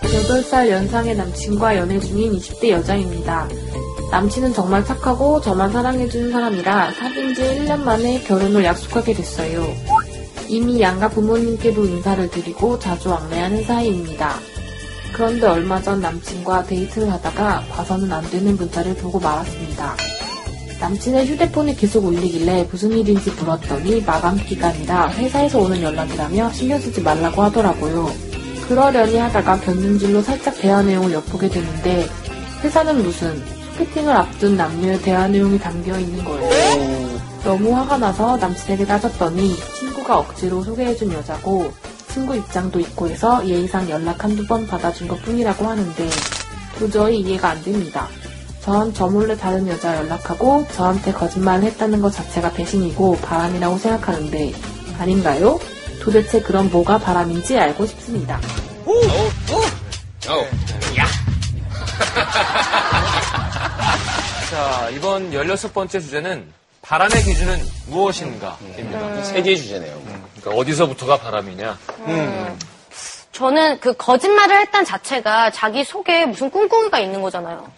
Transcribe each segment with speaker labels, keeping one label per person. Speaker 1: 8살 연상의 남친과 연애 중인 20대 여자입니다. 남친은 정말 착하고 저만 사랑해주는 사람이라 사귄 지 1년 만에 결혼을 약속하게 됐어요. 이미 양가 부모님께도 인사를 드리고 자주 왕래하는 사이입니다. 그런데 얼마 전 남친과 데이트를 하다가 봐서는 안 되는 문자를 보고 말았습니다. 남친의 휴대폰이 계속 울리길래 무슨 일인지 물었더니 마감 기간이라 회사에서 오는 연락이라며 신경 쓰지 말라고 하더라고요. 그러려니 하다가 견눈질로 살짝 대화 내용을 엿보게 되는데 회사는 무슨 소개팅을 앞둔 남녀의 대화 내용이 담겨 있는 거예요. 너무 화가 나서 남친에게 따졌더니 친구가 억지로 소개해준 여자고 친구 입장도 있고 해서 예의상 연락 한두 번 받아준 것 뿐이라고 하는데 도저히 이해가 안 됩니다. 전 저몰래 다른 여자 연락하고 저한테 거짓말을 했다는 것 자체가 배신이고 바람이라고 생각하는데 아닌가요? 도대체 그럼 뭐가 바람인지 알고 싶습니다.
Speaker 2: 어?
Speaker 3: 자, 이번 16번째 주제는 바람의 기준은 무엇인가입니다.
Speaker 2: 세 개의 주제네요.
Speaker 3: 그러니까 어디서부터가 바람이냐?
Speaker 4: 저는 그 거짓말을 했다는 자체가 자기 속에 무슨 꿍꿍이가 있는 거잖아요.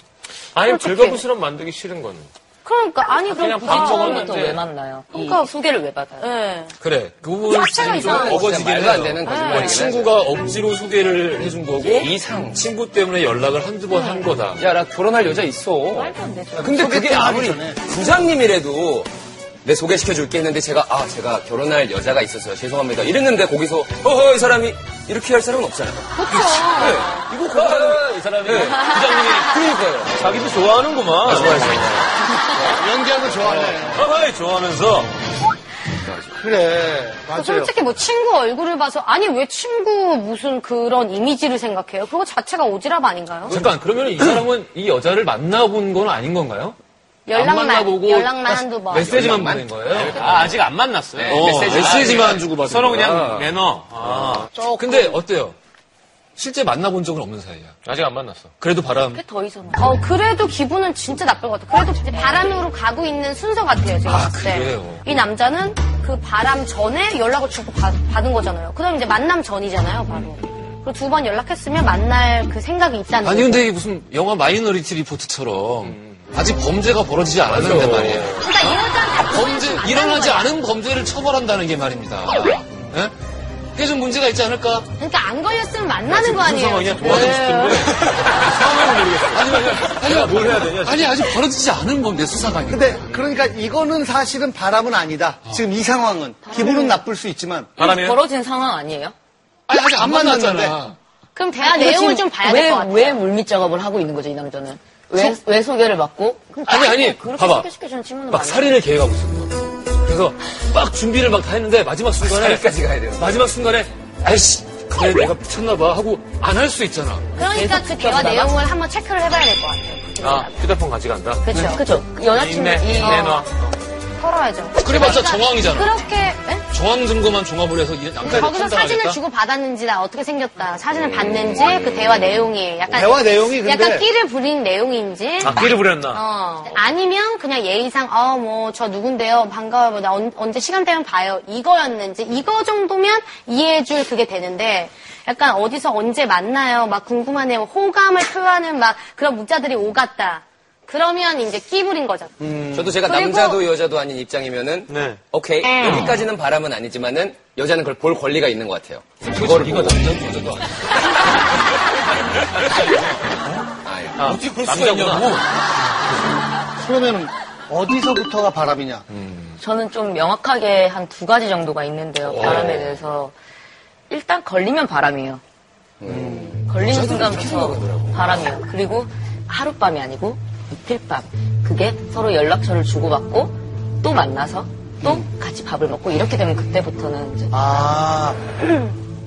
Speaker 3: 아니,
Speaker 4: 솔직히.
Speaker 3: 즐거부스럼 만들기 싫은 거는.
Speaker 4: 그러니까 아니 그럼
Speaker 3: 그냥 밥
Speaker 4: 부딪히는
Speaker 5: 네.
Speaker 3: 먹었는데.
Speaker 4: 것도
Speaker 6: 또왜 만나요?
Speaker 4: 그러니까
Speaker 6: 이 소개를 왜 받아요?
Speaker 4: 예.
Speaker 3: 그래, 그 부분은
Speaker 4: 자체가 이상한
Speaker 2: 진짜 말도 안 되는
Speaker 3: 어,
Speaker 2: 거짓말이긴
Speaker 3: 친구가 억지로 소개를 해준 거고
Speaker 2: 이상.
Speaker 3: 친구 때문에 연락을 한두 번 한 거다.
Speaker 2: 하죠. 야, 나 결혼할 여자 있어. 아, 근데 그게 아무리 부장님이라도 내 소개시켜줄게 했는데 제가 아 제가 결혼할 여자가 있어서요 죄송합니다 이랬는데 거기서 어허 이 사람이 이렇게 할 사람은 없잖아요 그렇죠 이거
Speaker 4: 어.
Speaker 3: 아, 이 사람이 부장님이
Speaker 2: 그러니까요
Speaker 3: 자기도 좋아하는구만.
Speaker 7: 연기하는 거 좋아하네.
Speaker 3: 하하이 좋아하면서
Speaker 7: 그래.
Speaker 4: 그
Speaker 7: 맞아요.
Speaker 4: 솔직히 뭐 친구 얼굴을 봐서 아니 왜 친구 무슨 그런 이미지를 생각해요? 그거 자체가 오지랖 아닌가요?
Speaker 3: 잠깐 그러면 이 사람은 이 여자를 만나본 건 아닌 건가요? 안
Speaker 4: 연락만
Speaker 3: 만나보고
Speaker 4: 연락만 한두 번.
Speaker 3: 메시지만 보낸 거예요?
Speaker 8: 아, 아직 안 만났어요.
Speaker 2: 네, 메시지만.
Speaker 3: 주고 받은
Speaker 8: 서로 그냥
Speaker 3: 거야.
Speaker 8: 매너.
Speaker 3: 어, 근데 어때요? 실제 만나본 적은 없는 사이야.
Speaker 8: 아직 안 만났어.
Speaker 3: 그래도 바람
Speaker 4: 그게 더 이상해. 어 그래도 기분은 진짜 나쁠 것 같아. 그래도 이제 바람으로 가고 있는 순서 같아요 제가
Speaker 3: 아,
Speaker 4: 봤을 때.
Speaker 3: 그래요?
Speaker 4: 이 남자는 그 바람 전에 연락을 주고 받, 받은 거잖아요. 그다음 이제 만남 전이잖아요 바로.
Speaker 3: 음.
Speaker 4: 그리고 두 번 연락했으면 만날 그 생각이 있다는
Speaker 6: 아니
Speaker 4: 거죠.
Speaker 6: 근데 이게 무슨 영화 마이너리티 리포트처럼 아직 범죄가 벌어지지 않았는데 말이에요.
Speaker 4: 그러니까 이 여자는 다
Speaker 6: 범죄
Speaker 4: 보여주면 안 되는
Speaker 6: 일어나지
Speaker 4: 거예요.
Speaker 6: 않은 범죄를 처벌한다는 게 말입니다. 예? 그게 좀 문제가 있지 않을까?
Speaker 4: 그러니까 안 걸렸으면 만나는 거 아니에요. 네.
Speaker 3: 도와주고 싶은데
Speaker 6: 아니,
Speaker 3: 뭘 해야 되냐?
Speaker 6: 아니 아직 벌어지지 않은 건데 수사가.
Speaker 7: 근데 그러니까 이거는 사실은 바람은 아니다. 지금 이 상황은 기분은 나쁠 수 있지만
Speaker 3: 바람이
Speaker 6: 벌어진 상황 아니에요? 아니 아직 안 만났잖아.
Speaker 4: 그럼 대화 내용을 좀 봐야 될 것 같아요.
Speaker 6: 왜 물밑 작업을 하고 있는 거죠 이 남자는? 왜, 왜 소개를 받고?
Speaker 3: 아니 아니
Speaker 4: 그렇게
Speaker 3: 봐봐
Speaker 4: 소개시켜주는 친구는
Speaker 3: 막 살인을 계획하고 있었던 거야. 그래서 막 준비를 막 다 했는데 마지막 순간에
Speaker 2: 여기까지 가야 돼요
Speaker 3: 마지막 순간에 아이씨 그래 내가 미쳤나봐 하고 안 할 수 있잖아.
Speaker 4: 그러니까 그 대화 내용을 한번 체크를 해봐야 될 것 같아요.
Speaker 3: 아 휴대폰 가져간다.
Speaker 5: 네.
Speaker 4: 그렇죠.
Speaker 6: 그죠. 여자친구
Speaker 3: 인내
Speaker 4: 어.
Speaker 3: 내놔.
Speaker 4: 털어야죠.
Speaker 6: 그래봤자
Speaker 4: 그러니까
Speaker 6: 정황이잖아. 그러니까
Speaker 4: 그렇게 예?
Speaker 6: 정황 증거만 종합을 해서 이 남자를
Speaker 4: 거기서 사진을
Speaker 6: 판단하겠다.
Speaker 4: 주고 받았는지 나 어떻게 생겼다 사진을 봤는지 그 대화 내용이 약간
Speaker 7: 대화 내용이 근데
Speaker 4: 약간 끼를 부린 내용인지
Speaker 3: 아 끼를 부렸나?
Speaker 4: 어. 아니면 그냥 예의상 어 뭐 저 누군데요 반가워요 뭐, 나 언, 언제 시간 되면 봐요 이거였는지 이거 정도면 이해해줄 그게 되는데 약간 어디서 언제 만나요 막 궁금하네요 호감을 표현하는 막 그런 문자들이 오갔다 그러면 이제 끼부린 거죠
Speaker 7: 음.
Speaker 2: 저도 제가
Speaker 4: 음. 그리고- 음.
Speaker 2: 남자도 여자도 아닌 입장이면은
Speaker 3: 네.
Speaker 2: 오케이 여기까지는 바람은 아니지만은 여자는 그걸 볼 권리가 있는 것 같아요 그거를 보고
Speaker 3: 아, 남자구나.
Speaker 7: 그러면은 어디서부터가 바람이냐?
Speaker 5: 저는 좀 명확하게 한 두 가지 정도가 있는데요. 바람에 대해서 일단 걸리면 바람이에요. 걸리는 순간부터 바람이에요. 그리고 하룻밤이 아니고 이틀밤. 그게 서로 연락처를 주고받고 또 만나서 또 같이 밥을 먹고 이렇게 되면 그때부터는 이제
Speaker 7: 아,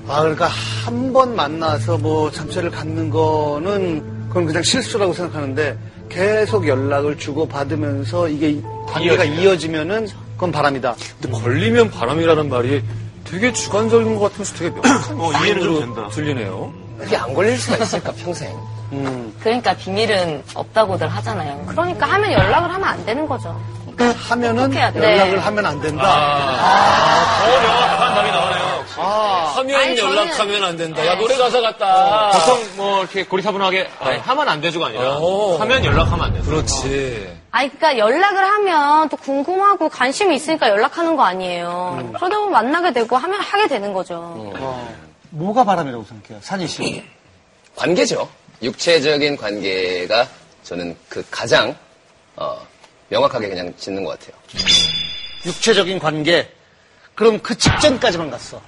Speaker 7: 아 그러니까 한 번 만나서 뭐 잠자리를 갖는 거는 그건 그냥 실수라고 생각하는데 계속 연락을 주고 받으면서 이게 관계가 이어지면은 그건 바람이다.
Speaker 5: 네.
Speaker 3: 근데 걸리면 바람이라는 말이 되게 주관적인 것 같으면서 되게 명확한 어, 이해는 좀 된다. 들리네요.
Speaker 2: 이게 안 걸릴 수가 있을까 평생
Speaker 5: 그러니까 비밀은 없다고들 하잖아요.
Speaker 4: 그러니까 하면 연락을 하면 안 되는 거죠
Speaker 7: 하면은
Speaker 5: 해야 돼?
Speaker 6: 아.
Speaker 7: 연락을 하면 안 된다.
Speaker 9: 아,
Speaker 3: 더 명확한 답이 나오네요.
Speaker 9: 하면
Speaker 4: 아니, 저는-
Speaker 9: 연락하면 안 된다. 야, 노래 가사 같다.
Speaker 6: 보통 뭐 이렇게 고리타분하게 아니, 하면 안 돼주가 아니라
Speaker 9: 어.
Speaker 6: 하면 연락하면 안 된다.
Speaker 9: 그렇지.
Speaker 4: 아니, 그니까 연락을 하면 또 궁금하고 관심이 있으니까 연락하는 거 아니에요. 그러다 보면 만나게 되고 하면 하게 되는 거죠.
Speaker 7: 뭐가 바람이라고 생각해요? 산이 씨.
Speaker 2: 관계죠. 육체적인 관계가 저는 그 가장 어, 명확하게 그냥 짓는 것 같아요.
Speaker 7: 육체적인 관계. 그럼 그 직전까지만 갔어.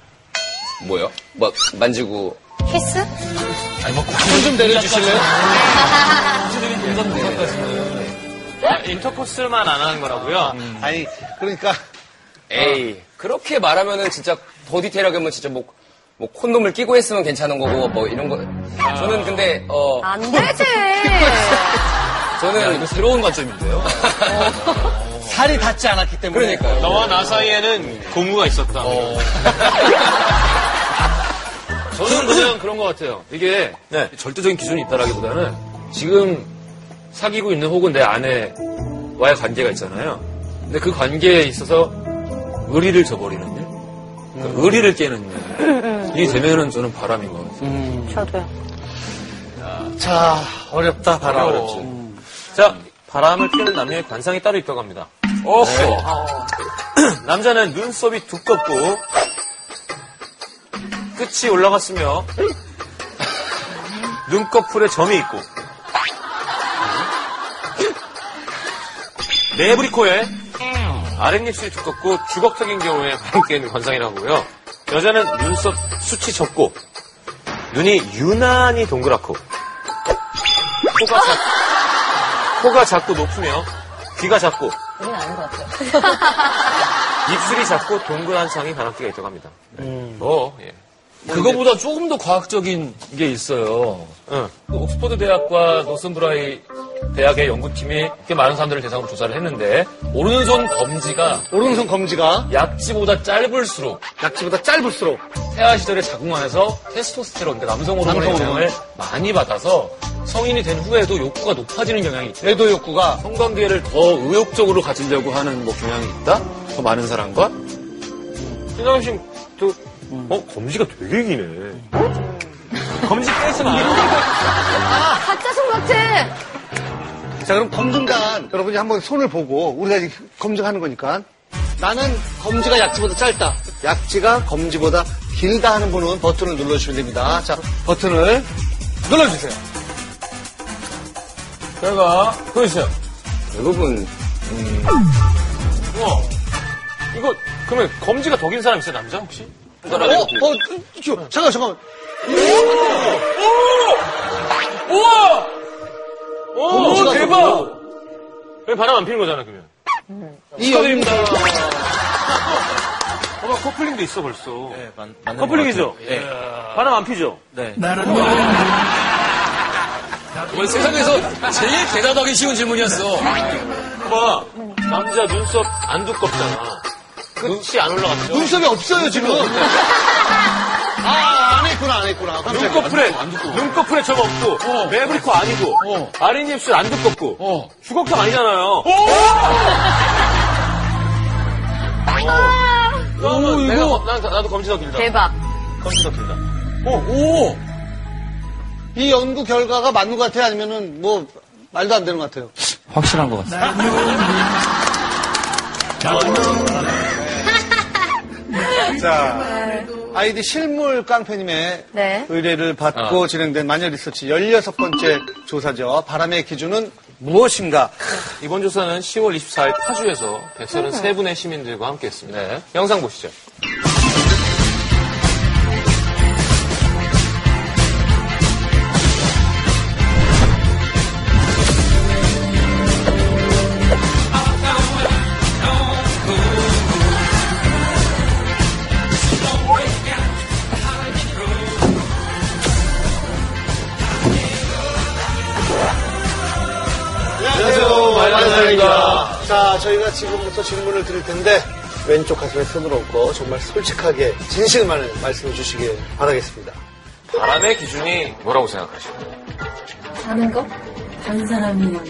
Speaker 2: 뭐요? 막 만지고
Speaker 4: 키스?
Speaker 7: 손 뭐, 좀 내려주실래요?
Speaker 6: 아, 인터코스만 안 하는 거라고요?
Speaker 7: 아니, 그러니까
Speaker 2: 에이 그렇게 말하면은 진짜 더 디테일하게 하면 진짜 뭐, 뭐 콘돔을 끼고 했으면 괜찮은 거고 뭐 이런 거 저는 근데 어
Speaker 4: 안 되지.
Speaker 2: 저는
Speaker 9: 새로운 관점인데요.
Speaker 7: 살이 닿지 않았기 때문에.
Speaker 2: 그러니까요.
Speaker 6: 너와 나 사이에는 고무가 있었다.
Speaker 10: 저는 그냥 그런 것 같아요. 이게
Speaker 9: 네.
Speaker 10: 절대적인 기준이 있다라기보다는 지금 사귀고 있는 혹은 내 아내와의 관계가 있잖아요. 근데 그 관계에 있어서 의리를 저버리는 일,
Speaker 6: 음.
Speaker 10: 그러니까 의리를 깨는 일. 이게 되면은 저는 바람인 것 같아요.
Speaker 4: 음,
Speaker 6: 음.
Speaker 4: 저도요.
Speaker 7: 자, 어렵다, 바람.
Speaker 6: 자, 바람을 피우는 남녀의 관상이 따로 있다고 합니다.
Speaker 2: 어.
Speaker 6: 오
Speaker 7: 네.
Speaker 6: 남자는 눈썹이 두껍고 끝이 올라갔으며 눈꺼풀에 점이 있고 네브리코에 아랫입술이 두껍고 주걱턱인 경우에 바람 깨는 관상이라고요. 여자는 눈썹 숱이 적고 눈이 유난히 동그랗고 코가 작- 코가 작고 높으며 귀가 작고
Speaker 5: 우리는 아닌 것 같아요.
Speaker 6: 입술이 작고 동그란 상이 바람기가 있다고 합니다. 네. 뭐, 예.
Speaker 9: 그거보다 조금 더 과학적인 게 있어요.
Speaker 6: 응.
Speaker 9: 그 옥스퍼드 대학과 노슨브라이 대학의 연구팀이 꽤 많은 사람들을 대상으로 조사를 했는데 오른손 검지가
Speaker 7: 오른손 검지가
Speaker 9: 약지보다 짧을수록
Speaker 7: 약지보다 짧을수록
Speaker 9: 태아 시절의 자궁 안에서 테스토스테론, 그러니까 남성 호르몬의
Speaker 7: 남성 호르몬.
Speaker 9: 영향을 많이 받아서 성인이 된 후에도 욕구가 높아지는 경향이 있다.
Speaker 7: 애도 욕구가
Speaker 9: 성관계를 더 의욕적으로 가지려고 하는 뭐 경향이 있다? 더 많은 사람과? 음.
Speaker 6: 신성 씨, 또, 어, 검지가 되게 기네. 검지 빼지 마.
Speaker 4: 가짜 손 같아.
Speaker 7: 자 그럼 검증단 여러분이 한번 손을 보고 우리가 이제 검증하는 거니까 나는 검지가 약지보다 짧다 약지가 검지보다 길다 하는 분은 버튼을 눌러주시면 됩니다 자 버튼을 눌러주세요
Speaker 6: 결과, 보여주세요.
Speaker 2: 대부분
Speaker 6: 우와. 어. 이거, 그러면 검지가 더 긴 사람 있어요, 남자 혹시?
Speaker 7: 어? 어? 저, 잠깐만 잠깐만
Speaker 6: 우와! 오,
Speaker 7: 검지가
Speaker 6: 대박! 왜 바람 안 피는 거잖아, 그러면.
Speaker 7: 이 음. 축하드립니다
Speaker 6: 어머, 커플링도 있어, 벌써. 커플링이죠? 예. 바람 안 피죠?
Speaker 9: 원 세상에서 제일 대답하기 쉬운 질문이었어.
Speaker 6: 봐. 남자 눈썹 안 두껍잖아. 끝이 안 올라갔죠? 아,
Speaker 7: 눈썹이 없어요 지금 아안 했구나 안 했구나 깜짝이야.
Speaker 6: 눈꺼풀에, 눈꺼풀에 저거 없고,
Speaker 7: 어.
Speaker 6: 매브리코 아니고, 아랫입술 안 두껍고, 주걱턱 아니잖아요.
Speaker 7: 어.
Speaker 6: 어? 오! 오, 이거. 어, 난, 나도 검지더 길다.
Speaker 5: 대박.
Speaker 6: 검지더 길다.
Speaker 7: 어, 이 연구 결과가 맞는 것 같아요 아니면은 뭐 말도 안 되는 것 같아요
Speaker 11: 확실한 것 같아요.
Speaker 7: 아이디 실물 깡패님의
Speaker 4: 네.
Speaker 7: 의뢰를
Speaker 11: 아.
Speaker 7: 받고 진행된 마녀 리서치 16번째 조사죠. 바람의 기준은 무엇인가?
Speaker 6: 이번 조사는 10월 24일 파주에서 133분의 시민들과 함께 했습니다.
Speaker 7: 네.
Speaker 6: 영상 보시죠.
Speaker 7: 안녕하세요. 말마녀입니다. 자, 저희가 지금부터 질문을 드릴 텐데 왼쪽 가슴에 손을 얹고 정말 솔직하게 진실만을 말씀해 주시길 바라겠습니다.
Speaker 6: 바람의 기준이 뭐라고 생각하시나요?
Speaker 12: 사는 거, 다른 사람이랑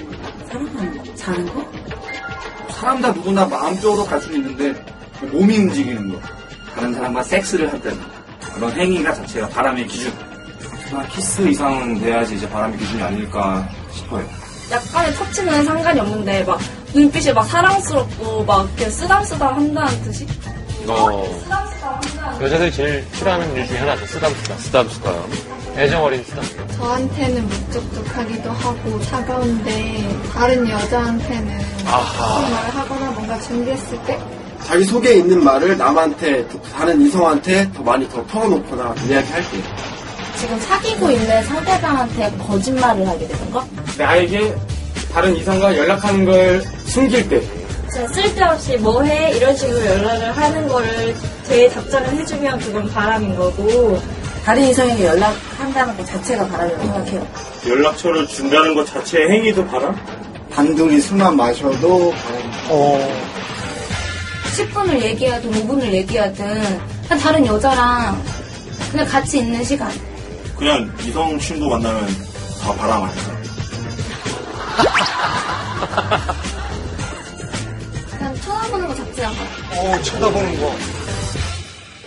Speaker 12: 사랑하는 거, 자는 거,
Speaker 11: 사람 다 누구나 마음적으로 갈 수 있는데 몸이 움직이는 거.
Speaker 13: 다른 사람과 섹스를 할 때는 그런 행위가 자체가 바람의 기준. 아, 키스 이상은 돼야지 이제 바람의 기준이 아닐까 싶어요.
Speaker 14: 약간의 터치는 상관이 없는데 막 눈빛이 막 사랑스럽고 막 이렇게 쓰담쓰담 한다는 뜻이?
Speaker 6: 어.
Speaker 15: 여자들이 제일 싫어하는 일 중에 하나죠. 쓰담쓰담. 쓰담쓰담. 애정 어린 쓰담.
Speaker 16: 저한테는 무뚝뚝하기도 하고 차가운데 다른 여자한테는
Speaker 17: 아하.
Speaker 16: 무슨 말을 하거나 뭔가 준비했을 때
Speaker 17: 자기 속에 있는 말을 남한테, 다른 이성한테 더 많이 더 털어놓거나 이야기할 때.
Speaker 4: 지금 사귀고 있는 상대방한테 거짓말을 하게 되는 거?
Speaker 13: 나에게 다른 이성과 연락하는 걸 숨길 때
Speaker 14: 진짜 쓸데없이 뭐해 이런 식으로 연락을 하는 거를 제 답장을 해주면 그건 바람인 거고
Speaker 4: 다른 이성에게 연락한다는 것 자체가 바람이라고 생각해요.
Speaker 11: 연락처를 준다는 것 자체의 행위도 바람?
Speaker 17: 단둘이 술만 마셔도 어.
Speaker 4: 10분을 얘기하든 5분을 얘기하든 그냥 다른 여자랑 그냥 같이 있는 시간.
Speaker 11: 그냥 이성 친구 만나면 다 바람 아니야?
Speaker 16: 그냥 쳐다보는 거 자체가
Speaker 7: 어, 쳐다보는 거.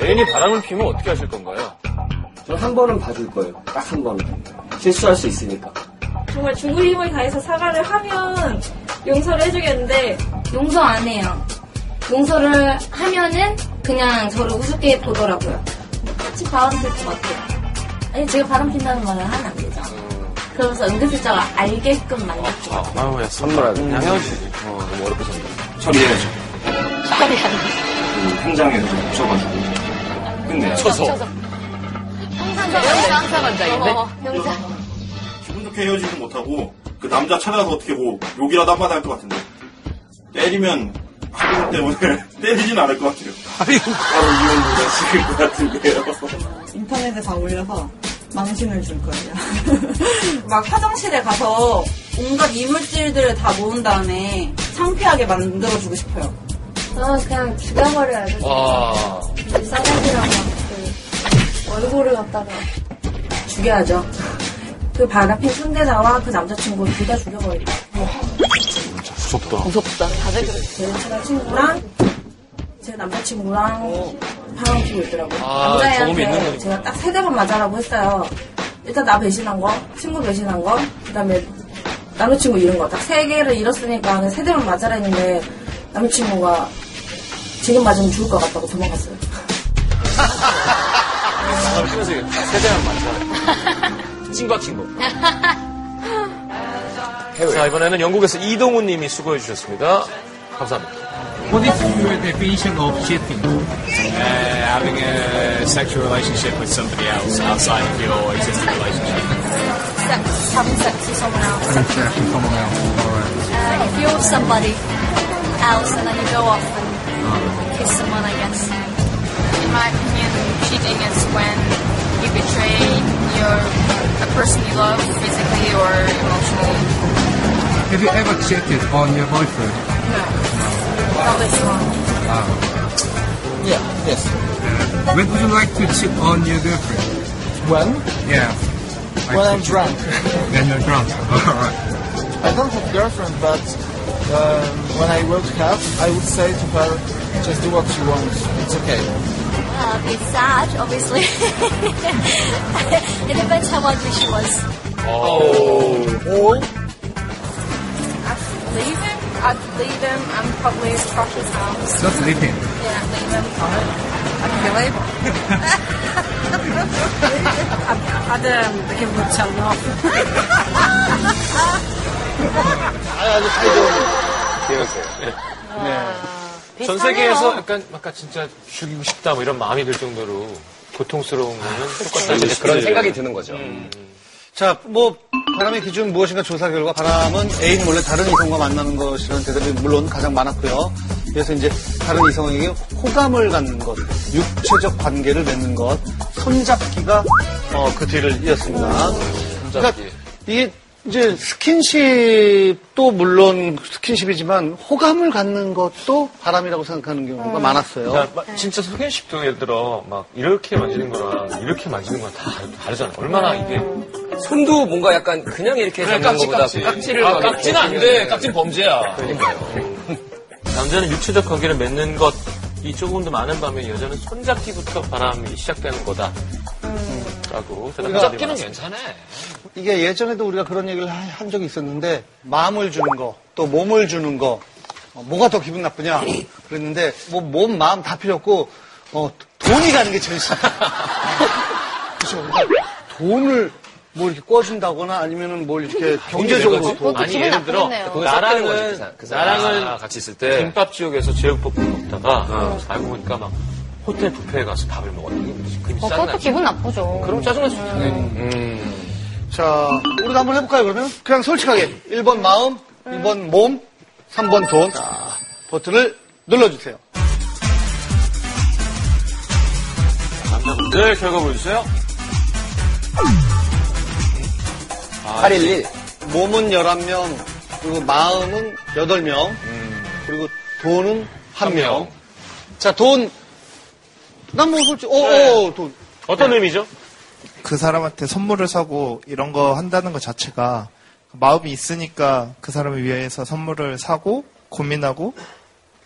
Speaker 6: 애인이 바람을 피우면 어떻게 하실 건가요?
Speaker 2: 저는 한 번은 봐줄 거예요. 딱 한 번은. 실수할 수 있으니까.
Speaker 14: 정말 죽을 힘을 다해서 사과를 하면 용서를 해주겠는데
Speaker 4: 용서 안 해요. 용서를 하면은 그냥 저를 우습게 보더라고요.
Speaker 14: 같이 바람 필것 같아요.
Speaker 4: 아니 제가 바람 핀다는 말을 하면 안 되죠. 그러면서 은근슬쩍 알게끔 만들죠.
Speaker 2: 아우, 야, 선물하네. 그냥 헤어지지. 어, 너무 어렵게 선물.
Speaker 13: 처리해야죠.
Speaker 4: 처리하는
Speaker 11: 음,
Speaker 13: 그 현장에서 좀 붙여가지고 끝내요.
Speaker 5: 상사관장인데?
Speaker 17: 아.
Speaker 11: 기분 좋게 헤어지지 못하고 그 남자 찾아가서 어떻게 뭐 욕이라도 한마디 할 것 같은데 때리면 학교 때문에 때리진 않을 것 같아요. 바로 이혼으로 지을 것 같은데요.
Speaker 1: 인터넷에 다 올려서 망신을 줄 거예요. 막 화장실에 가서 온갖 이물질들을 다 모은 다음에 창피하게 만들어주고 싶어요.
Speaker 16: 아 그냥 죽여버려야 돼
Speaker 6: 와.
Speaker 17: 아.
Speaker 16: 싸가지랑 얼굴을 갖다가
Speaker 1: 죽여야죠. 그 바람핀 상대자와 그 남자친구 둘 다 죽여버리고.
Speaker 15: 무섭다.
Speaker 5: 무섭다. 다들
Speaker 1: 제 남자친구랑 제 남자친구랑 바람 피고 있더라고요.
Speaker 6: 아, 경험이 있는 거니까.
Speaker 1: 제가 딱 세대 번 맞아라고 했어요. 일단 나 배신한 거, 친구 배신한 거, 그다음에 남자친구 잃은 거. 딱 세 개를 잃었으니까 세대 번 맞아라 했는데 남자친구가 지금 맞으면 죽을 것 같다고 도망갔어요.
Speaker 18: 아, 그래서 세대랑 만나. 친구와 친구.
Speaker 6: 자, 이번에는 영국에서 이동훈 님이 수고해 주셨습니다. 감사합니다.
Speaker 19: What if you were the vision of cheating? Uh, having a sexual relationship with somebody else outside of your existing relationship.
Speaker 4: Sex, having sex with someone else.
Speaker 19: Having sex with someone else. Alright.
Speaker 4: Uh, if you're with somebody else and then you go off and kiss someone, I guess.
Speaker 20: In my opinion, cheating is when you betray your a person you love physically or emotionally.
Speaker 19: Have you ever cheated on your boyfriend?
Speaker 4: Not this one.
Speaker 19: Ah.
Speaker 2: Yeah, yes.
Speaker 19: When would you like to cheat on your girlfriend?
Speaker 2: When?
Speaker 19: Yeah.
Speaker 2: When I'm drunk.
Speaker 19: When you're drunk. Alright.
Speaker 21: I don't have girlfriend, but um, when I would have, I would say to her, just do what you want. It's okay.
Speaker 4: Uh, it's sad, obviously. it depends how ugly she was.
Speaker 21: Or
Speaker 20: I'd leave him. I'd leave him and probably trash his house.
Speaker 19: Just leave him.
Speaker 20: Yeah, leave him. I'd kill him.
Speaker 1: I'd um, give them a telling off.
Speaker 18: 기억하세요.
Speaker 6: 전
Speaker 5: 비슷하네요.
Speaker 6: 세계에서 약간 아까 진짜 죽이고 싶다 뭐 이런 마음이 들 정도로 고통스러운 거는 똑같다.
Speaker 2: 그렇죠. 그런 생각이 드는 거죠.
Speaker 7: 자, 뭐, 바람의 기준 무엇인가 조사 결과 바람은 애인 몰래 다른 이성과 만나는 것이라는 대답이 물론 가장 많았고요. 그래서 이제 다른 이성에게 호감을 갖는 것, 육체적 관계를 맺는 것, 손잡기가 어, 그 뒤를 이었습니다. 그러니까 이게 이제 스킨십도 물론 스킨십이지만 호감을 갖는 것도 바람이라고 생각하는 경우가 많았어요.
Speaker 6: 그러니까 막 진짜 소개식도 예를 들어 막 이렇게 만지는 거랑 이렇게 만지는 거랑 다 다르잖아요. 얼마나 이게
Speaker 2: 손도 뭔가 약간 그냥 이렇게
Speaker 6: 그래,
Speaker 2: 잡는
Speaker 6: 깍지,
Speaker 2: 것보다
Speaker 6: 깍지.
Speaker 2: 깍지를
Speaker 6: 아,
Speaker 2: 막 이렇게 어.
Speaker 6: 깍지는 안 돼. 깍지는 범죄야.
Speaker 2: 그러니까요.
Speaker 6: 남자는 육체적 관계를 맺는 것 이 조금 더 많은 반면 여자는 손잡기부터 바람이 시작되는 거다. 라고 대답
Speaker 7: 손잡기는 이게 예전에도 우리가 그런 얘기를 하- 한 적이 있었는데 마음을 주는 거, 또 몸을 주는 거 어, 뭐가 더 기분 나쁘냐 그랬는데 뭐 몸, 마음 다 필요 없고 어, 돈이 가는 게 제일 싫어. 그래서 우리가 돈을 뭐 이렇게 꿔준다거나 아니면은 뭘 이렇게
Speaker 6: 네,
Speaker 7: 경제적으로 도움.
Speaker 6: 아니 예를 들어 그 나랑은 나랑은 그 아, 같이 있을 때 어. 김밥 지옥에서 제육볶음 먹다가 알고 보니까 막 호텔 뷔페에 가서 밥을 먹었는데 그
Speaker 5: 어, 그것도 기분 나쁘죠.
Speaker 6: 그럼 짜증나죠. 음.
Speaker 7: 자, 우리도 한번 해볼까요, 그러면? 그냥 솔직하게. 1번 마음, 2번 몸, 3번 돈. 자, 버튼을 눌러주세요.
Speaker 6: 네,
Speaker 22: 남자분들 결과 보여주세요.
Speaker 7: 811. 몸은 11명, 그리고 마음은 8명, 그리고 돈은 1명. 자, 돈. 난 뭐 솔직히, 어, 어, 돈.
Speaker 6: 네.
Speaker 22: 어떤 의미죠?
Speaker 16: 그 사람한테 선물을 사고 이런 거 한다는 것 자체가 마음이 있으니까 그 사람을 위해서 선물을 사고 고민하고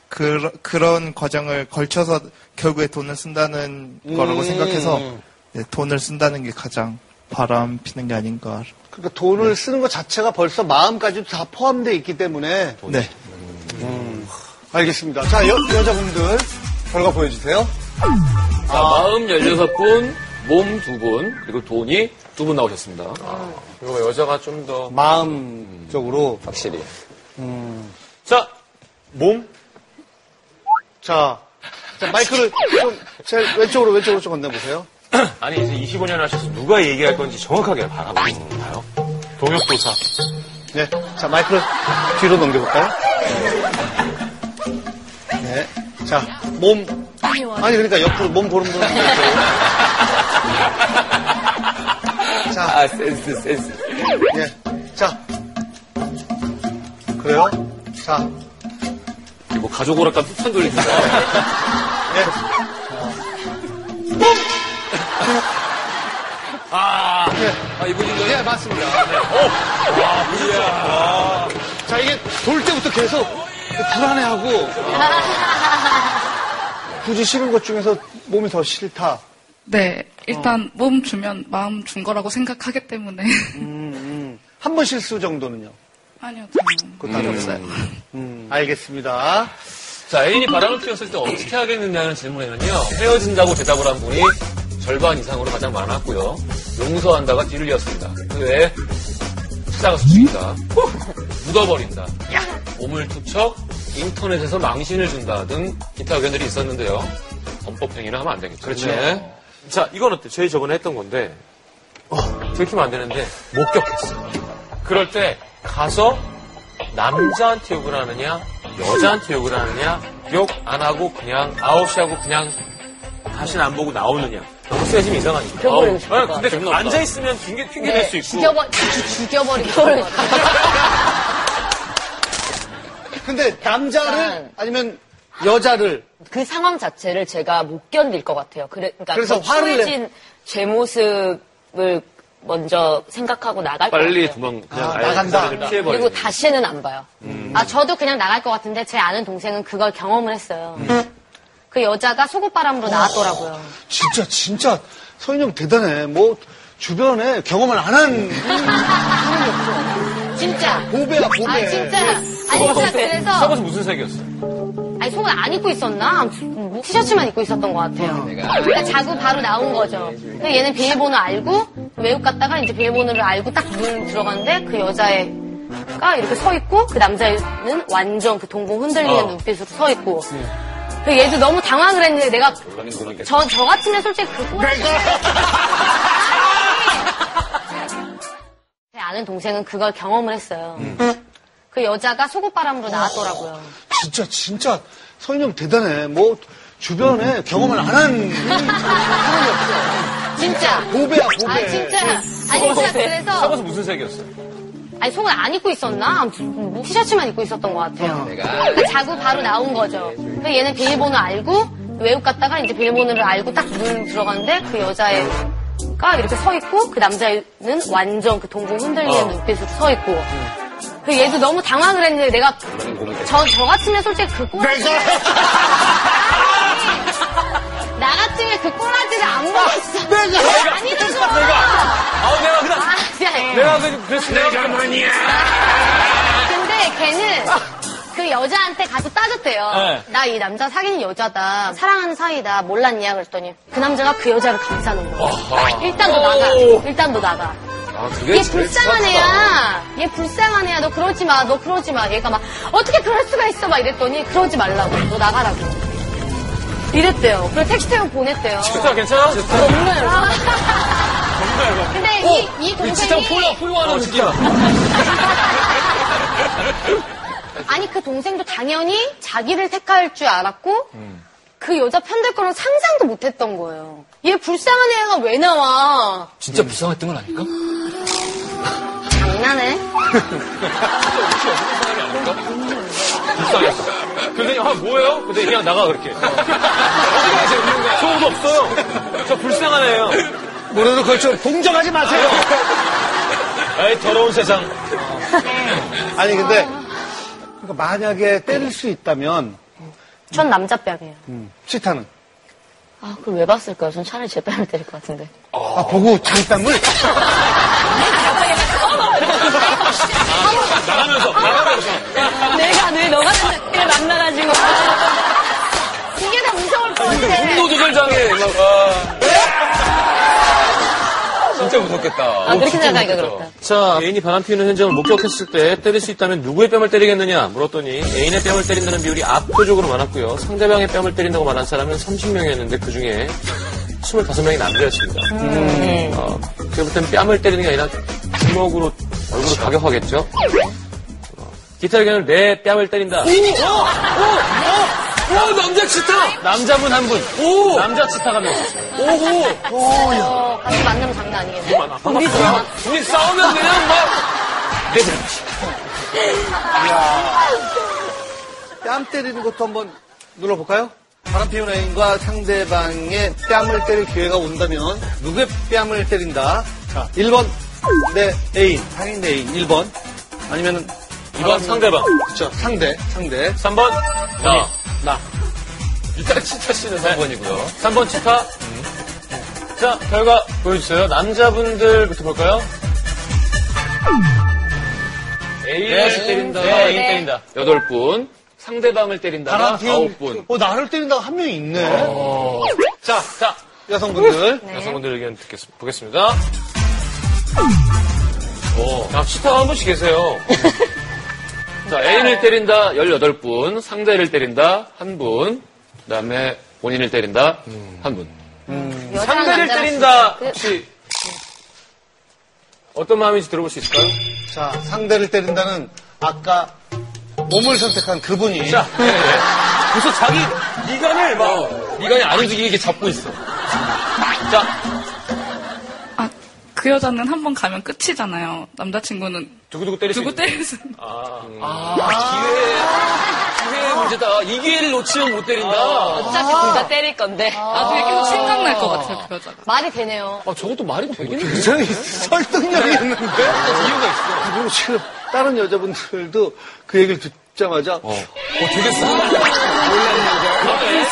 Speaker 16: 그, 그런 과정을 걸쳐서 결국에 돈을 쓴다는 거라고
Speaker 7: 음.
Speaker 16: 생각해서 네, 돈을 쓴다는 게 가장 바람 피는 게 아닌가.
Speaker 7: 그러니까 돈을 쓰는 것 자체가 벌써 마음까지도 다 포함되어 있기 때문에. 음.
Speaker 16: 네.
Speaker 7: 알겠습니다. 자, 여, 여자분들, 결과 보여주세요.
Speaker 6: 자, 마음 16분, 몸 2분, 그리고 돈이 2분 나오셨습니다. 아, 그리고 여자가 좀 더.
Speaker 7: 마음 쪽으로.
Speaker 6: 확실히.
Speaker 22: 자, 몸.
Speaker 7: 자, 자, 마이크를 좀, 제일 왼쪽으로, 왼쪽으로 좀 건네보세요.
Speaker 22: 아니 이제 25년 하셔서 누가 얘기할 건지 정확하게 바라보는 건가요? 동역도사.
Speaker 7: 네. 자, 마이크를 뒤로 넘겨볼까요? 네. 자, 몸. 아니, 그러니까 옆으로 몸 보는 분은. 자. 아, 센스, 센스. 예. 자. 그래요? 자.
Speaker 6: 뭐 가족 오락관 폭탄 돌립니다.
Speaker 7: 네.
Speaker 22: 아,
Speaker 6: 아 이분이
Speaker 7: 네, 맞습니다. 오! 와, 자, 이게 돌 때부터 계속 불안해하고. 굳이 싫은 것 중에서 몸이 더 싫다.
Speaker 23: 네, 일단 몸 주면 마음 준 거라고 생각하기 때문에
Speaker 7: 음. 한 번 실수 정도는요.
Speaker 23: 아니요.
Speaker 7: 그것도 안 없어요. 음, 알겠습니다.
Speaker 6: 자, 애인이 바람을 피웠을 때 어떻게 하겠느냐는 질문에는요, 헤어진다고 대답을 한 분이 절반 이상으로 가장 많았고요, 용서한다가 뒤를 이었습니다. 그 외에 찾아가서 죽인다, 묻어버린다, 몸을 투척, 인터넷에서 망신을 준다 등 기타 의견들이 있었는데요, 범법행위는 하면 안 되겠죠.
Speaker 22: 그렇죠.
Speaker 6: 네.
Speaker 22: 자, 이건 어때? 저희 저번에 했던 건데, 어, 들키면 안 되는데, 목격했어.
Speaker 6: 그럴 때 가서 남자한테 욕을 하느냐, 여자한테 욕을 하느냐, 욕 안 하고 그냥 아홉시 하고 그냥
Speaker 22: 다시는 안 보고 나오느냐. 너무 세지면 이상하니까.
Speaker 6: 펴버리고
Speaker 22: 아우,
Speaker 6: 싶을
Speaker 22: 아,
Speaker 6: 것
Speaker 22: 근데
Speaker 6: 같아.
Speaker 22: 앉아있으면 핑계,
Speaker 24: 네.
Speaker 22: 핑계
Speaker 5: 네,
Speaker 22: 낼 수 있고.
Speaker 5: 죽여버, 죽여버리고. 그걸
Speaker 7: 근데
Speaker 5: 네.
Speaker 7: 남자를 아니면 여자를
Speaker 24: 그 상황 자체를 제가 못 견딜 것 같아요. 그래, 그러니까
Speaker 7: 그래서
Speaker 24: 더
Speaker 7: 화를 내-
Speaker 24: 추해진 제 모습을 먼저 생각하고 나갈 것
Speaker 6: 빨리
Speaker 24: 같아요.
Speaker 6: 도망, 그냥
Speaker 24: 아,
Speaker 6: 아예
Speaker 24: 나간다.
Speaker 6: 그 사람을 피해버리고. 음.
Speaker 24: 그리고 다시는 안 봐요. 아 저도 그냥 나갈 것 같은데 제 아는 동생은 그걸 경험을 했어요. 그 여자가 속옷바람으로 나왔더라고요.
Speaker 7: 진짜 진짜 서인형 대단해. 뭐 주변에 경험을 안 한
Speaker 5: 진짜.
Speaker 7: 보배야 보배.
Speaker 5: 아, 진짜. 아니, 진짜 그래서.
Speaker 6: 속옷은 무슨 색이었어요?
Speaker 5: 아니, 속을 안 입고 있었나? 아무튼 뭐 티셔츠만 입고 있었던 것 같아요. 그러니까 자고 바로 나온 거죠. 근데 얘는 비밀번호 알고, 외국 갔다가 이제 비밀번호를 알고 딱 문 들어갔는데 그 여자애가 이렇게 서 있고, 그 남자애는 완전 그 동공 흔들리는
Speaker 24: 어.
Speaker 5: 눈빛으로 서 있고. 그 얘도 너무 당황을 했는데 내가 저, 저 같으면 솔직히 그 꼬라. 제 아는 동생은 그걸 경험을 했어요. 그 여자가 속옷바람으로 나왔더라고요.
Speaker 7: 진짜 진짜 서인형 대단해. 뭐 주변에 경험을 안 한
Speaker 5: 음. 진짜.
Speaker 7: 보배야 보배.
Speaker 5: 아, 진짜. 아니, 진짜 그래서.
Speaker 6: 속옷은 무슨 색이었어요?
Speaker 5: 아니, 속을 안 입고 있었나? 아무튼 뭐 티셔츠만 입고 있었던 것
Speaker 6: 어.
Speaker 5: 같아요. 그러니까 자고 바로 나온 거죠. 그 얘는 비밀번호 알고, 외국 갔다가 이제 비밀번호를 알고 딱 문 들어갔는데 그 여자애가 이렇게 서 있고, 그 남자애는 완전 그 동공 흔들리는
Speaker 24: 어.
Speaker 5: 눈빛으로 서 있고. 그 얘도 너무
Speaker 6: 네,
Speaker 5: 당황을 했는데 내가 저, 저 같으면 솔직히 그 꼬라.
Speaker 4: 나 같으면 그 꼬라지를 안 먹었어.
Speaker 6: 내가!
Speaker 4: 아니라고.
Speaker 6: 네, 내가! 아, 내가 그냥-
Speaker 4: 아, 진짜.
Speaker 6: 내가 그, 그래서 내가
Speaker 4: 근데 걔는 그 여자한테 가서 따졌대요.
Speaker 6: 네.
Speaker 4: 나 이 남자 사귀는 여자다. 사랑하는 사이다. 몰랐냐? 그랬더니 그 남자가 그 여자를 감싸는 거야.
Speaker 6: 아하.
Speaker 4: 일단 너 나가. 일단 너 나가.
Speaker 6: 아,
Speaker 4: 얘 불쌍한 애야. 얘 불쌍한 애야. 너 그러지 마. 너 그러지 마. 얘가 막 어떻게 그럴 수가 있어. 막 이랬더니 그러지 말라고. 너 나가라고. 이랬대요. 그리고 텍스트를 보냈대요.
Speaker 6: 진짜 괜찮아? 진짜
Speaker 4: 너무 근데 이, 이
Speaker 6: 진짜
Speaker 4: 동생이
Speaker 6: 포효, 포효하는 느낌.
Speaker 4: 아니 그 동생도 당연히 자기를 택할 줄 알았고 그 여자 편들 거는 상상도 못했던 거예요. 얘 불쌍한 애가 왜 나와?
Speaker 6: 진짜 불쌍했던 건 아닐까?
Speaker 4: 장난해?
Speaker 6: 불쌍했어. 근데 아 뭐예요? 근데 그냥 나가 그렇게. 어떻게 해야 재밌는 거야? 소도 없어요. 저 불쌍한 애예요.
Speaker 8: 뭐라도 걸쳐 동정하지 마세요.
Speaker 6: 아이 더러운 세상.
Speaker 7: 아니 근데 그러니까 만약에 때릴 수 있다면 음,
Speaker 5: 전 남자 뺨이에요.
Speaker 7: 치타는
Speaker 5: 아, 그걸 왜 봤을까요? 전 차라리 제 뺨을 때릴 것 같은데.
Speaker 7: 아 보고 장땀을
Speaker 6: 나가면서 나가면서.
Speaker 5: 내가 늘 너가 내가 만나가지고. 아,
Speaker 4: 이게 다 무서울 것
Speaker 6: 분노
Speaker 4: 같아.
Speaker 6: 조절 장애. 막, 아.
Speaker 2: 진짜 무섭겠다.
Speaker 5: 아, 그렇게 생각하니까 그렇다.
Speaker 6: 자, 애인이 바람 피우는 현장을 목격했을 때 때릴 수 있다면 누구의 뺨을 때리겠느냐 물었더니 애인의 뺨을 때린다는 비율이 압도적으로 많았고요. 상대방의 뺨을 때린다고 말한 사람은 30명이었는데 그 중에 25명이 남자였습니다.
Speaker 2: 음.
Speaker 6: 어, 제가 볼 때는 뺨을 때리는 게 아니라 주먹으로 얼굴을 가격하겠죠. 어, 기타 의견은 내 뺨을 때린다.
Speaker 2: 오! 오! 오! 오! 남자 치타!
Speaker 6: 남자분 한 분.
Speaker 2: 오!
Speaker 6: 남자 치타가 명 있었어요.
Speaker 2: 오호!
Speaker 4: 어, 같이 만나면 장난 아니겠네.
Speaker 6: 우리 우리 싸우면 그냥
Speaker 2: 뭐.
Speaker 6: 막. 내 잘못이.
Speaker 7: 뺨 때리는 것도 한번 눌러볼까요? 바람 피우는 애인과 상대방의 뺨을 때릴 기회가 온다면 누구의 뺨을 때린다? 자, 1번 내 애인, 상인 내 애인 1번 아니면은
Speaker 6: 2번 상대방.
Speaker 7: 그쵸, 상대, 상대
Speaker 6: 3번 나.
Speaker 7: 나
Speaker 6: 일단 치타 씨는 3번이고요. 음. 3번 치타. 자, 결과 보여주세요. 남자분들부터 볼까요? A를 때린다.
Speaker 4: 네.
Speaker 6: A를 때린다. 8분. 상대방을 때린다.
Speaker 7: 바람 피우는
Speaker 6: 9분.
Speaker 7: 어, 나를 때린다고 한 명이 있네
Speaker 6: 자, 자.
Speaker 7: 어, 여성분들
Speaker 4: 네.
Speaker 6: 여성분들 의견 듣겠, 보겠습니다. 오, 아, 치타가 한 분씩 계세요. 자, 애인을 때린다 18분, 상대를 때린다 1분, 그 다음에 본인을 때린다 1분.
Speaker 4: 음. 여자랑
Speaker 6: 상대를
Speaker 4: 남자랑
Speaker 6: 때린다
Speaker 4: 그-
Speaker 6: 혹시 어떤 마음인지 들어볼 수 있을까요?
Speaker 7: 자, 상대를 때린다는 아까 몸을 선택한 그분이
Speaker 6: 자, 네, 네. 벌써 자기 미간을 막 미간이 안 움직이게 잡고 있어. 자,
Speaker 25: 아, 그 여자는 한 번 가면 끝이잖아요. 남자친구는
Speaker 6: 두구두구 때릴 수
Speaker 25: 누구
Speaker 6: 있는.
Speaker 4: 네.
Speaker 25: 때릴 수 있는.
Speaker 6: 아, 기회, 기회의 문제다. 이 기회를 놓치면 못 때린다.
Speaker 5: 어차피 둘 다 때릴 건데.
Speaker 25: 나중에 계속
Speaker 4: 아.
Speaker 25: 생각날 것 같아요, 그 여자가.
Speaker 4: 말이 되네요.
Speaker 6: 아, 저것도 말이 되겠네.
Speaker 7: 굉장히 네. 아, 설득력이 있는데
Speaker 6: 이유가 있어.
Speaker 7: 그리고 지금 다른 여자분들도 그 얘기를 듣자마자
Speaker 6: 어, 되게 싸.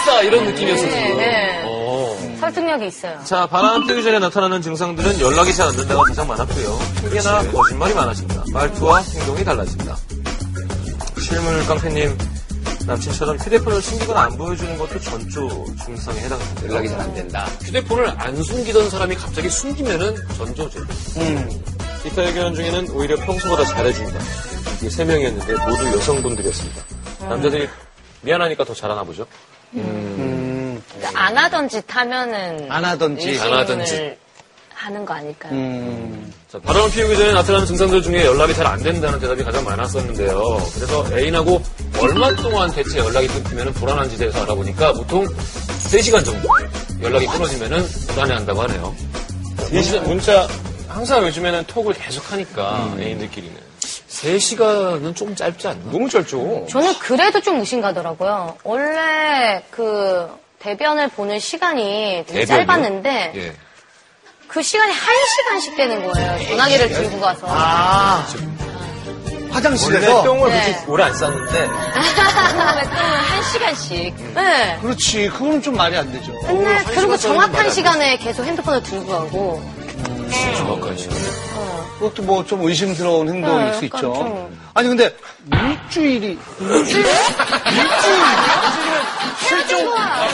Speaker 6: 싸 이런 느낌이었어
Speaker 4: 네,
Speaker 6: 지금.
Speaker 4: 네.
Speaker 6: 어.
Speaker 4: 설득력이 있어요.
Speaker 6: 자, 바람 뜨기 전에 나타나는 증상들은 연락이 잘 안 된다가 가장 많았고요. 핑계나 거짓말이 많아진다. 말투와 행동이 달라진다. 실물 깡패님 남친처럼 휴대폰을 숨기거나 안 보여주는 것도 전조 증상에 해당합니다.
Speaker 2: 연락이 잘 안 된다.
Speaker 6: 휴대폰을 안 숨기던 사람이 갑자기 숨기면은 전조죄다. 기타 의견 중에는 오히려 평소보다 잘해준다. 이게 세 명이었는데 모두 여성분들이었습니다. 남자들이 미안하니까 더 잘하나 보죠.
Speaker 5: 그러니까 안 하던 짓 하면은.
Speaker 7: 음, 안 하던지
Speaker 5: 의심을
Speaker 6: 아, 안 하던 짓. 음.
Speaker 5: 하는 거 아닐까요?
Speaker 6: 자, 바람을 피우기 전에 나타나는 증상들 중에 연락이 잘 안 된다는 대답이 가장 많았었는데요. 그래서 애인하고 얼마 동안 대체 연락이 끊기면 불안한지 대해서 알아보니까 보통 3시간 정도 연락이 끊어지면 불안해한다고 하네요. 문자, 문자, 항상 요즘에는 톡을 계속 하니까 애인들끼리는. 3시간은 조금 짧지 않나?
Speaker 2: 너무 짧죠?
Speaker 4: 저는 그래도 좀 의심가더라고요. 원래 그 대변을 보는 시간이 되게
Speaker 6: 대변이요?
Speaker 4: 짧았는데
Speaker 6: 예. 아.
Speaker 4: 그 시간이 한 시간씩 되는 거예요. 전화기를 들고 가서.
Speaker 7: 아. 화장실에서?
Speaker 3: 원래
Speaker 2: 어.
Speaker 3: 똥을
Speaker 4: 네.
Speaker 3: 그렇게 오래 안 쌌는데
Speaker 4: 그러면 한 시간씩. 네.
Speaker 7: 그렇지. 그거는 좀 말이 안 되죠.
Speaker 5: 아,
Speaker 4: 맨날 그리고 정확한
Speaker 7: 말이 안
Speaker 4: 시간에 계속 핸드폰을 들고 가고.
Speaker 3: 정확한 시간.
Speaker 7: 그것도 뭐 좀 의심스러운 행동일
Speaker 4: 네, 약간
Speaker 7: 수 있죠.
Speaker 4: 좀.
Speaker 7: 아니 근데 아, 일주일이 일주일? 아,
Speaker 4: 실종. 통과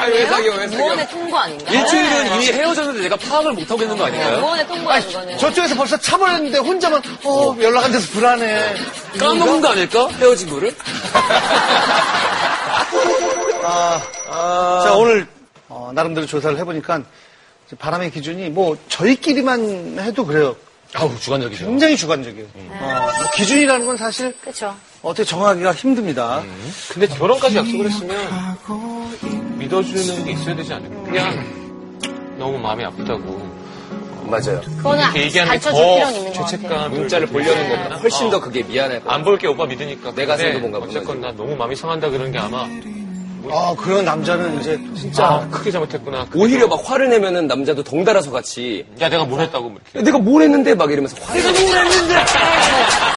Speaker 3: 아니, 왜 사귀어, 왜
Speaker 4: 아니에요?
Speaker 3: 사귀어?
Speaker 4: 무언의 통과 아닌가?
Speaker 3: 일주일은 이미 헤어졌는데 내가 파악을 못 하겠는 거
Speaker 5: 어.
Speaker 3: 아닌가요?
Speaker 4: 무언의 통과 이거는.
Speaker 7: 저쪽에서 벌써 참아냈는데 혼자만 어 연락 안 돼서 불안해.
Speaker 3: 까먹은 거 아닐까? 헤어진 거를?
Speaker 7: 아, 자 오늘 어, 나름대로 조사를 해보니까 이제 바람의 기준이 뭐 저희끼리만 해도 그래요.
Speaker 3: 아우 주관적이죠.
Speaker 7: 굉장히 주관적이에요. 어, 기준이라는 건 사실
Speaker 4: 그렇죠.
Speaker 7: 어떻게 정하기가 힘듭니다.
Speaker 6: 근데 결혼까지 약속을 했으면 믿어주는 게 있어야 되지 않을까? 그냥 너무 마음이 아프다고.
Speaker 2: 맞아요.
Speaker 4: 그거는
Speaker 6: 이렇게 얘기하는
Speaker 4: 가르쳐줄 필요는
Speaker 6: 게더
Speaker 4: 있는 것 같아요.
Speaker 6: 죄책감을 네.
Speaker 2: 문자를 보려는
Speaker 6: 어.
Speaker 2: 것보다 훨씬 더 그게 미안할 것 같아요.
Speaker 6: 안 볼게 오빠 믿으니까.
Speaker 2: 내가
Speaker 6: 근데
Speaker 2: 생도 뭔가 보는
Speaker 6: 어쨌건 나 너무 마음이 상한다 그런 게 아마
Speaker 7: 아 그런 남자는 이제
Speaker 6: 진짜 크게 잘못했구나. 그-
Speaker 2: 오히려 막 화를 내면은 남자도 덩달아서 같이
Speaker 6: 야 내가 뭘 했다고 뭐 이렇게.
Speaker 2: 내가 뭘 했는데 막 이러면서 화를 내고